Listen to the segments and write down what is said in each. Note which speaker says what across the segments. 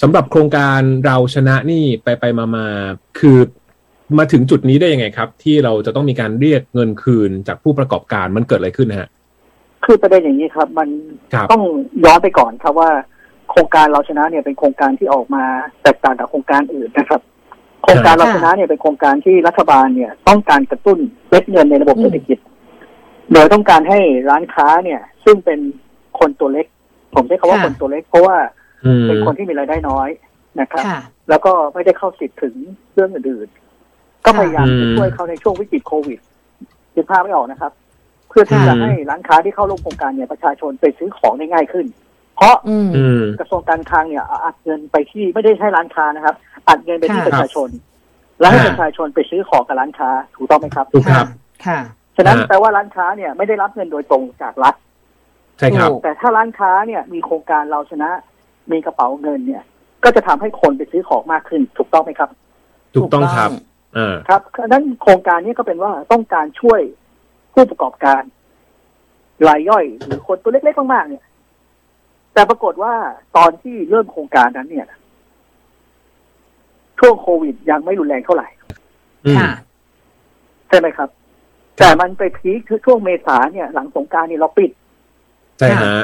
Speaker 1: สำหรับโครงการเราชนะนี่ไปไปมามาคือมาถึงจุดนี้ได้ยังไงครับ ที่เราจะต้องมีการเรียกเงินคืนจากผู้ประกอบการมันเกิดอะไรขึ้นฮะ
Speaker 2: คือประเด็นอย่างนี้ครับ มัน
Speaker 1: ครับ
Speaker 2: ต้องย้อนไปก่อนครับว่า โครงการเราชนะเนี่ยเป็นโครงการที่ออกมาแตกต่างจากโครงการอื่นนะครับ โครงการเราชนะเนี่ยเป็นโครงการที่รัฐบาลเนี่ย ต้องการกระตุ้นเม็ดเงินในระบบ
Speaker 3: อืม
Speaker 2: เศรษฐกิจ โดยต้องการให้ร้านค้าเนี่ย ซึ่งเป็นคนตัวเล็ก ผมใช้คำว่า
Speaker 3: ค่ะ
Speaker 2: คนตัวเล็ก เพราะว่า
Speaker 1: อืม
Speaker 2: เป็นคนที่มีรายได้น้อยนะครับ
Speaker 3: ค่ะ
Speaker 2: แล้วก็ไม่ได้เข้าสิทธิ์ถึงเรื่องอื่นๆ ก็
Speaker 3: ค่ะ
Speaker 2: พยายามจะช่วยเขาในช่วงวิกฤตโควิดคิดภาพไม่ออกนะครับ เพื่อที่
Speaker 3: ค่ะ
Speaker 2: จะให้ร้านค้าที่เข้าร่วมโครงการเนี่ยประชาชนไปซื้อของได้ง่ายขึ้น เพราะ
Speaker 3: อืม
Speaker 1: อืม
Speaker 2: กระทรวงการคลังเนี่ยอัดเงินไปที่ไม่ได้ให้ร้านค้านะครับ อัดเงินไปที่
Speaker 3: ค่ะ
Speaker 2: ประชาชน แล้วให้
Speaker 1: ค่ะ
Speaker 2: ประชาชนไปซื้อของกับร้านค้าถูกต้องไหมครับ
Speaker 1: ถูกครับ
Speaker 3: ค่ะ
Speaker 2: ฉะนั้นแปลว่าร้านค้าเนี่ยไม่ได้รับเงินโดยตรงจากรัฐ
Speaker 1: ใช่ครับ
Speaker 3: ถูก
Speaker 2: แต่ถ้าร้านค้าเนี่ยมีโครงการเราชนะ มีกระเป๋าเงินเนี่ย ก็จะทำให้คนไปซื้อของมากขึ้น ถูกต้องไหมครับ
Speaker 1: ถูกต้องครับอ่า
Speaker 2: ครับอันนั้นโครงการนี้ก็เป็นว่าต้องการช่วยผู้ประกอบการ รายย่อยหรือคนตัวเล็กๆมากๆเนี่ย แต่ปรากฏว่าตอนที่เริ่มโครงการนั้นเนี่ย ช่วงโควิดยังไม่รุนแรงเท่าไหร่
Speaker 1: อืม
Speaker 3: ค่ะ
Speaker 2: ใช่ไหมครับ แต่มันไปพีคคือช่วงเมษาเนี่ย หลังสงกรารเนี่ยเราปิด
Speaker 1: ใช่ฮะ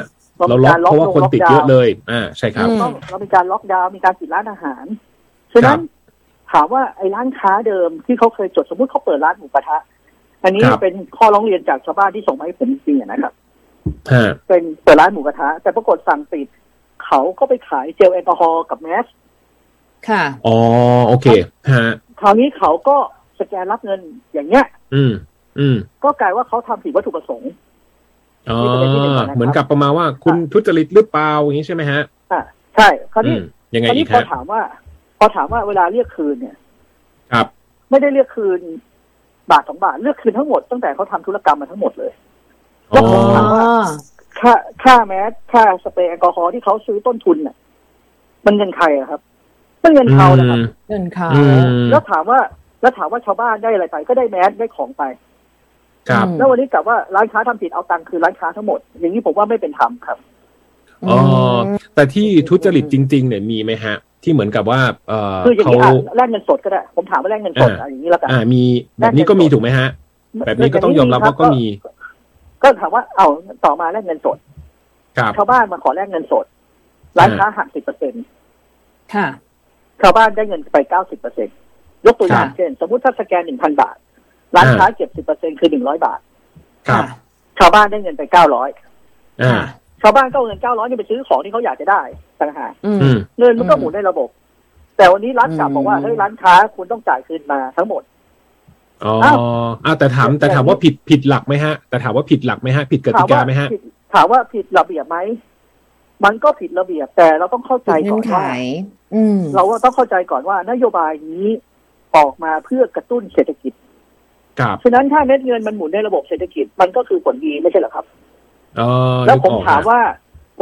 Speaker 1: เราล็อกเพราะว่าคนติดเยอะเลย อ่า ใช่ครับ
Speaker 3: อืม
Speaker 2: ต้องเรามีการล็อกดาวน์มีการปิดร้านอาหาร ฉะนั้นถามว่าไอ้ร้านค้าเดิมที่เขาเคยจดสมมติเขาเปิดร้านหมูกระทะ อันนี้
Speaker 1: ครับ
Speaker 2: เป็นข้อร้องเรียนจากชาวบ้านที่ส่งมาให้ผมจริงๆนะครับ
Speaker 1: ฮะ
Speaker 2: เป็นเปิดร้านหมูกระทะ แต่ปรากฏสั่งปิด เขาก็ไปขายเจลแอลกอฮอล์กับแมส
Speaker 3: ค่ะ
Speaker 1: อ๋อโอเคฮะ
Speaker 2: คราวนี้เขาก็สแกนรับเงินอย่างเงี้ย
Speaker 1: อืม อืม
Speaker 2: ก็กลายว่าเขาทำผิดวัตถุประสงค์
Speaker 1: อ๋อ
Speaker 2: นี่เป็นเรื่องที่หนึ่งก่อนนะครับ
Speaker 1: เหมือนกับประมาณว่าคุณทุจริตหรือเปล่าอย่างนี้ใช่ไหมฮะ
Speaker 2: อ่ะใช่คราว
Speaker 1: อื
Speaker 2: นี้
Speaker 1: มยังไง
Speaker 2: คราว
Speaker 1: อี
Speaker 2: นี้
Speaker 1: ก
Speaker 2: พอ
Speaker 1: ฮะ
Speaker 2: ถามว่า พอถามว่าเวลาเรียกคืนเนี่ย
Speaker 1: ครับ
Speaker 2: ไม่ได้เรียกคืน บาทสองบาทเรียกคืนทั้งหมดตั้งแต่เขาทำธุรกรรมมาทั้งหมดเลย
Speaker 1: อ๋อ
Speaker 3: อ๋อ
Speaker 2: ค่าค่าแมสค่าสเปรย์แอลกอฮอล์ที่เขาซื้อต้นทุนเนี่ยมันเงินใครอะครับมันเงินเขานะครับ
Speaker 3: เงินเขา
Speaker 1: อืม
Speaker 2: แล้วถามว่า แล้วถามว่าชาวบ้านได้อะไรไป ก็ได้แมสได้ของไป
Speaker 1: ครับ
Speaker 3: อืม
Speaker 2: แล้ววันนี้กลับว่าร้านค้าทำผิดเอาตังค์คืนร้านค้าทั้งหมด อย่างนี้ผมว่าไม่เป็นธรรมครับ
Speaker 1: อ๋อ แต่ที่ทุจริตจริง ๆ เนี่ยมีไหมฮะ ที่เหมือนกับว่าเออ
Speaker 2: คืออย่าง
Speaker 1: เขา
Speaker 2: นี้อ่ะแลกเงินสดก็ได้ ผมถามว่าแลกเงินสดอ่ะอย่างนี้แล้วกัน
Speaker 1: อ่ามีแบบนี้ก็มีถูกไหมฮะ แบบนี้ก็ต้องยอมรับว่าก็มี
Speaker 2: ก็ถามว่าเอาต่อมาแลกเงินสด
Speaker 1: ครับ
Speaker 2: ชาวบ้านมาขอแลกเงินสด ร้านค้าหักสิบเปอร์เซ็น
Speaker 3: ค่ะ
Speaker 2: ชาวบ้านได้เงินไปเก้าสิบเปอร์เซ็นยกตัวอย่าง
Speaker 3: ครับ
Speaker 2: เช่น สมมติถ้าสแกนหนึ่งพันบาท ร้านค้าเก็บสิบเปอร์เซ็นคือหนึ่งร้อยบาท
Speaker 1: ครับ
Speaker 2: ชาวบ้านได้เงินไปเก้าร้อย
Speaker 1: อ่า
Speaker 3: ค่ะ
Speaker 2: ชาวบ้านก็เอาเงินเก้าร้อยนี่ไปซื้อของที่เขาอยากจะได้ต่างหาก
Speaker 3: อืม
Speaker 1: อืม
Speaker 2: เงินมันก็
Speaker 3: อืม
Speaker 2: หมุนในระบบ แต่วันนี้รัฐกลับบอกว่า
Speaker 3: อืม
Speaker 2: เฮ้ยร้านค้าคุณต้องจ่ายคืนมาทั้งหมด
Speaker 1: อ๋ออ่าแต่ถามแต่ถามว่าผิดผิดหลักไหมฮะ แต่ถามว่าผิดหลักไหมฮะ ผิดก
Speaker 2: ถา
Speaker 1: ติ
Speaker 2: ม
Speaker 1: กา
Speaker 2: ว่า
Speaker 1: ไหมฮะ
Speaker 2: ผิดถามว่าผิดระเบียบไหม มันก็ผิดระเบียบ แต่เราต้องเข้าใจ
Speaker 3: ติดเงื่
Speaker 2: ก่
Speaker 3: อ
Speaker 2: อน น
Speaker 3: ไข
Speaker 2: ว่า
Speaker 3: อืม
Speaker 2: เราว่าต้องเข้าใจก่อนว่านโยบายนี้ออกมาเพื่อกระตุ้นเศรษฐกิจ
Speaker 1: ครับ
Speaker 2: ฉะนั้นถ้าเม็ดเงินมันหมุนในระบบเศรษฐกิจมันก็คือผลดีไม่ใช่เหรอครับ
Speaker 1: อ๋อ
Speaker 2: แล้วผ
Speaker 1: นึก
Speaker 2: ม
Speaker 1: ออก
Speaker 2: ถามว่า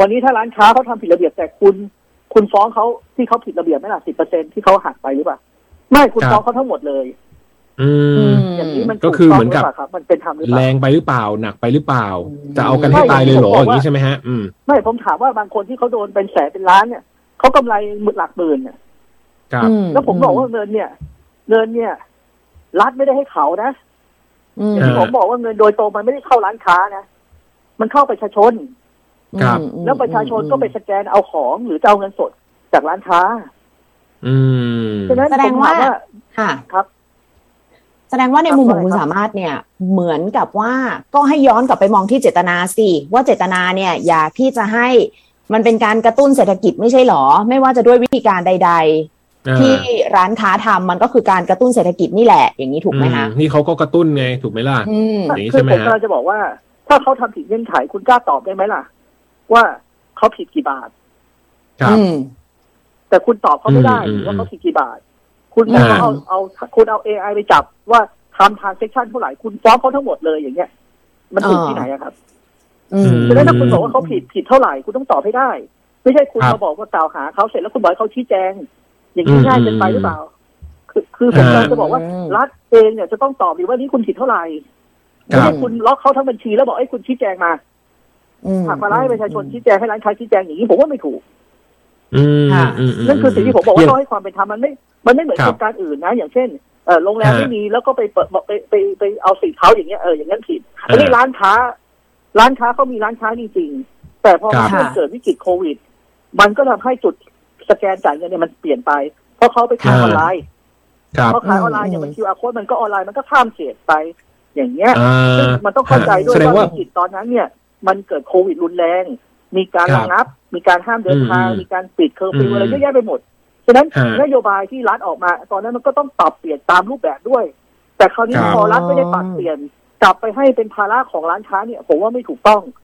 Speaker 2: วันนี้ถ้าร้านค้าเขาทำผิดระเบียบแต่คุณคุณฟ้องเขาที่เขาผิดระเบียบไหมล่ะสิบเปอร์เซ็นที่เขาหักไปหรือเปล่าไม่คุณฟ้องเขาทั้งหมดเลย
Speaker 1: อืม
Speaker 2: อย่างนี้มัน
Speaker 1: ก็คือ
Speaker 2: ถูต้ง
Speaker 1: เหมือนกับ
Speaker 2: รืปล่าครับ มันเป็นธรรมหรือเป
Speaker 1: แร
Speaker 2: ล่า
Speaker 1: งไปหรือเปล่า หนักไปหรือเปล่า
Speaker 3: อืม
Speaker 1: จะเอากันให้ตายเลยเหรออย่างนี้ใช่ไหมฮะ อืม
Speaker 2: ไม่ผมถามว่าบางคนที่เขาโดนเป็นแสนเป็นล้านเนี่ยเขากำไรหมื่นหลักหมื่นเนี่ย
Speaker 1: ครับ
Speaker 3: อื
Speaker 2: แล้วผมบอกว่าเงินเนี่ย เงินเนี่ย รัฐไม่ได้ให้เขานะ
Speaker 3: อืม
Speaker 2: อย่างที่
Speaker 1: เออ
Speaker 2: ผมบอกว่าเงินโดยตรงมันไม่ได้เข้าร้านค้านะมันเข้าประชาชน
Speaker 1: ครับ
Speaker 3: อืม
Speaker 2: แล้วประชาชนก็ไปสแกนเอาของหรือจะเอาเงินสดจากร้านค้า
Speaker 1: อืม
Speaker 2: ฉะนั้น
Speaker 3: แสด
Speaker 2: ผ
Speaker 3: ง
Speaker 2: ม
Speaker 3: ว่า
Speaker 2: ถามว่า
Speaker 3: ค่ะ
Speaker 2: ครับ
Speaker 3: แสดงว่าใน
Speaker 2: ครับ
Speaker 3: มุมของคุณ
Speaker 2: ว่าไงครับ
Speaker 3: สามารถเนี่ย เหมือนกับว่าก็ให้ย้อนกลับไปมองที่เจตนาสิว่าเจตนาเนี่ย อยากที่จะให้มันเป็นการกระตุ้นเศรษฐกิจไม่ใช่หรอ ไม่ว่าจะด้วยวิธีการใด ๆ ที่ร้านค้าทำมันก็คือการกระตุ้นเศรษฐกิจนี่แหละ อย่างนี้ถูกไหมคะ
Speaker 1: อืนี่เขาก็กระตุ้นไงถูกไหมล่ะ
Speaker 3: อืม
Speaker 1: อย่างนี้
Speaker 2: คื
Speaker 1: ใช่ไหม
Speaker 2: ผม
Speaker 1: ฮะ
Speaker 2: กำลังจะบอกว่า ถ้าเขาทำผิดเงื่อนไขคุณกล้าตอบได้ไหมล่ะ ว่าเขาผิดกี่บาท
Speaker 1: ครับ
Speaker 3: อืม
Speaker 2: แต่คุณตอบเขาไม่ได้
Speaker 1: อืม
Speaker 2: ว่าเขาผิดกี่บาท คุณไม่
Speaker 1: อ่า
Speaker 2: เอาเอาคุณเอาเอไอไปจับว่าทำทางเซ็กชันเท่าไหร่คุณฟ้องเขาทั้งหมดเลยอย่างเงี้ย มันถูก
Speaker 3: อ่า
Speaker 2: ที่ไหนอะครับ
Speaker 3: อืม
Speaker 2: ฉะนั้นถ้าคุณบอกว่าเขาผิดผิดเท่าไหร่คุณต้องตอบให้ได้ ไม่ใช่คุณ
Speaker 1: ครับ
Speaker 2: มาบอกว่ากล่าวหาเขาเสร็จแล้วคุณบอกให้เขาชี้แจง อย่างนี้
Speaker 1: อืม
Speaker 2: ง่ายเกินไปหรือเปล่า คือคือผมกำลังจะบอกว่า
Speaker 3: อืม
Speaker 2: รัฐเองเนี่ยจะต้องตอบดีว่านี่คุณผิดเท่าไหร่
Speaker 1: ครั
Speaker 2: ไม่
Speaker 1: บ
Speaker 2: ใช่คุณล็อกเขาทั้งบัญชีแล้วบอกไอ้ยคุณชี้แจงมา
Speaker 3: อืม
Speaker 2: หักมาไล่ประชาชนชี้แจงให้ร้านค้าชี้แจงอย่างนี้ผมว่าไม่ถูก
Speaker 1: อืม
Speaker 3: ค่ะ
Speaker 1: มม
Speaker 2: นั่นคือสิ่งที่ผมบอก
Speaker 1: อื
Speaker 2: ว่าม ต้องให้ความเป็นธรรมมันไม่ มันไม่เหมือน
Speaker 1: ครับ
Speaker 2: โครงการอื่นนะ อย่างเช่นเออโรงแรม
Speaker 1: ฮะ
Speaker 2: ไม่มีแล้วก็ไปเปิดไปไปไปไปเอาสีเท้าอย่างเงี้ยเอออย่างนั้นผิด
Speaker 1: ฮะ
Speaker 2: อันนี้ร้านค้า ร้านค้าเขามีร้านค้าจริงๆแต่พอ
Speaker 1: ครับ
Speaker 2: ช่วงเกิดวิกฤตโควิด มันก็ทำให้จุดสแกนจ่ายเงินเนี่ยมันเปลี่ยนไป เพราะเขาไปขายออนไลน์
Speaker 1: ครับ
Speaker 2: เพราะขายออนไลน์เนี่ยมัน QR code มันก็ออนไลน์มันก็ข้ามเขตไป อย่างเงี้ย
Speaker 1: อ่
Speaker 2: ซึ่ง
Speaker 1: า
Speaker 2: มันต้องเข้าใจด้ว
Speaker 1: แส
Speaker 2: ย
Speaker 1: ดงว่า
Speaker 2: ว่าวิกฤตตอนนั้นเนี่ย มันเกิดโควิดรุนแรง มีการ
Speaker 1: ครับ
Speaker 2: ระงับ มีการห้ามเดินทาง
Speaker 1: อืม
Speaker 2: มีการปิดเคอร์ฟิว
Speaker 1: อืม
Speaker 2: อะไรเยอะแยะไปหมด ฉะนั้น
Speaker 1: ฮะ
Speaker 2: นโยบายที่รัฐออกมา ตอนนั้นมันก็ต้องปรับเปลี่ยนตามรูปแบบด้วย แต่คราวนี้
Speaker 1: ครับ
Speaker 2: พอรัฐไม่ได้ปรับเปลี่ยน กลับไปให้เป็นภาระของร้านค้าเนี่ย ผมว่าไม่ถูกต้อง